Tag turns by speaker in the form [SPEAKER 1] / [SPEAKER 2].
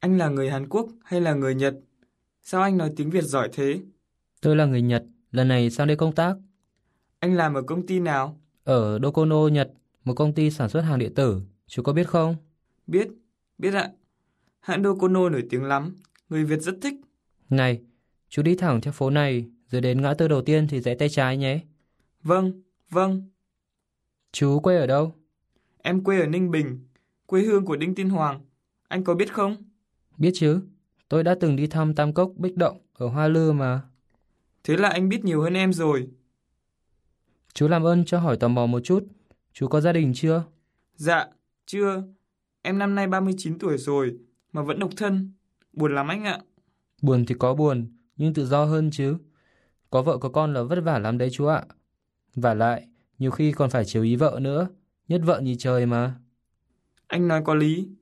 [SPEAKER 1] Anh là người Hàn Quốc hay là người Nhật? Sao anh nói tiếng Việt giỏi thế?
[SPEAKER 2] Tôi là người Nhật, lần này sang đây công tác.
[SPEAKER 1] Anh làm ở công ty nào?
[SPEAKER 2] Ở Dokono, Nhật, một công ty sản xuất hàng điện tử. Chú có biết không?
[SPEAKER 1] Biết, biết ạ. Hãng Dokono nổi tiếng lắm, người Việt rất thích.
[SPEAKER 2] Này, chú đi thẳng theo phố này, rồi đến ngã tư đầu tiên thì rẽ tay trái nhé.
[SPEAKER 1] Vâng, vâng,
[SPEAKER 2] Chú quê ở đâu?
[SPEAKER 1] em quê ở Ninh Bình, quê hương của Đinh Tiên Hoàng. Anh có biết không?
[SPEAKER 2] Biết chứ, tôi đã từng đi thăm Tam Cốc Bích Động ở Hoa Lư mà.
[SPEAKER 1] Thế là anh biết nhiều hơn em rồi.
[SPEAKER 2] Chú làm ơn cho hỏi tò mò một chút, chú có gia đình chưa?
[SPEAKER 1] Dạ, chưa. Em năm nay 39 tuổi rồi mà vẫn độc thân. Buồn lắm anh ạ.
[SPEAKER 2] Buồn thì có buồn, nhưng tự do hơn chứ. Có vợ có con là vất vả lắm đấy chú ạ. Và lại, nhiều khi còn phải chiều ý vợ nữa, nhất vợ nhì trời mà.
[SPEAKER 1] Anh nói có lý.